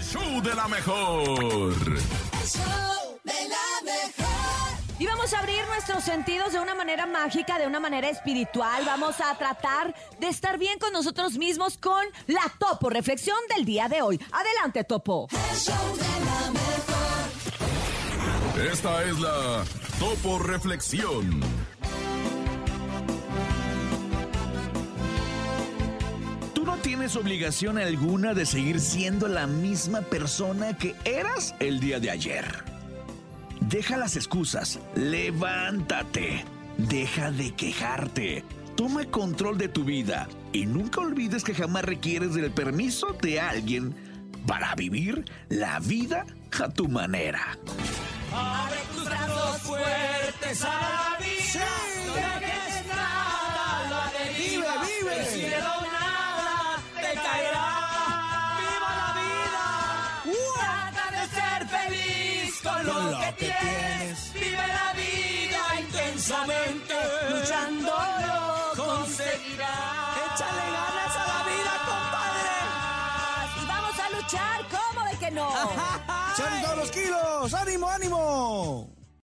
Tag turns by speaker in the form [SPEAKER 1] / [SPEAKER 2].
[SPEAKER 1] show de la mejor.
[SPEAKER 2] Y vamos a abrir nuestros sentidos de una manera mágica, de una manera espiritual. Vamos a tratar de estar bien con nosotros mismos con la Topo, reflexión del día de hoy. Adelante, Topo.
[SPEAKER 1] Esta es la Topo Reflexión.
[SPEAKER 3] Tú no tienes obligación alguna de seguir siendo la misma persona que eras el día de ayer. Deja las excusas, levántate, deja de quejarte, toma control de tu vida y nunca olvides que jamás requieres del permiso de alguien para vivir la vida a tu manera.
[SPEAKER 4] con lo que tienes. Vive la vida intensamente, luchando lo conseguirás. Échale ganas a la vida, compadre.
[SPEAKER 2] Y vamos a luchar, ¿cómo de que no?
[SPEAKER 5] ¡Echando los kilos! ¡Ánimo, ánimo!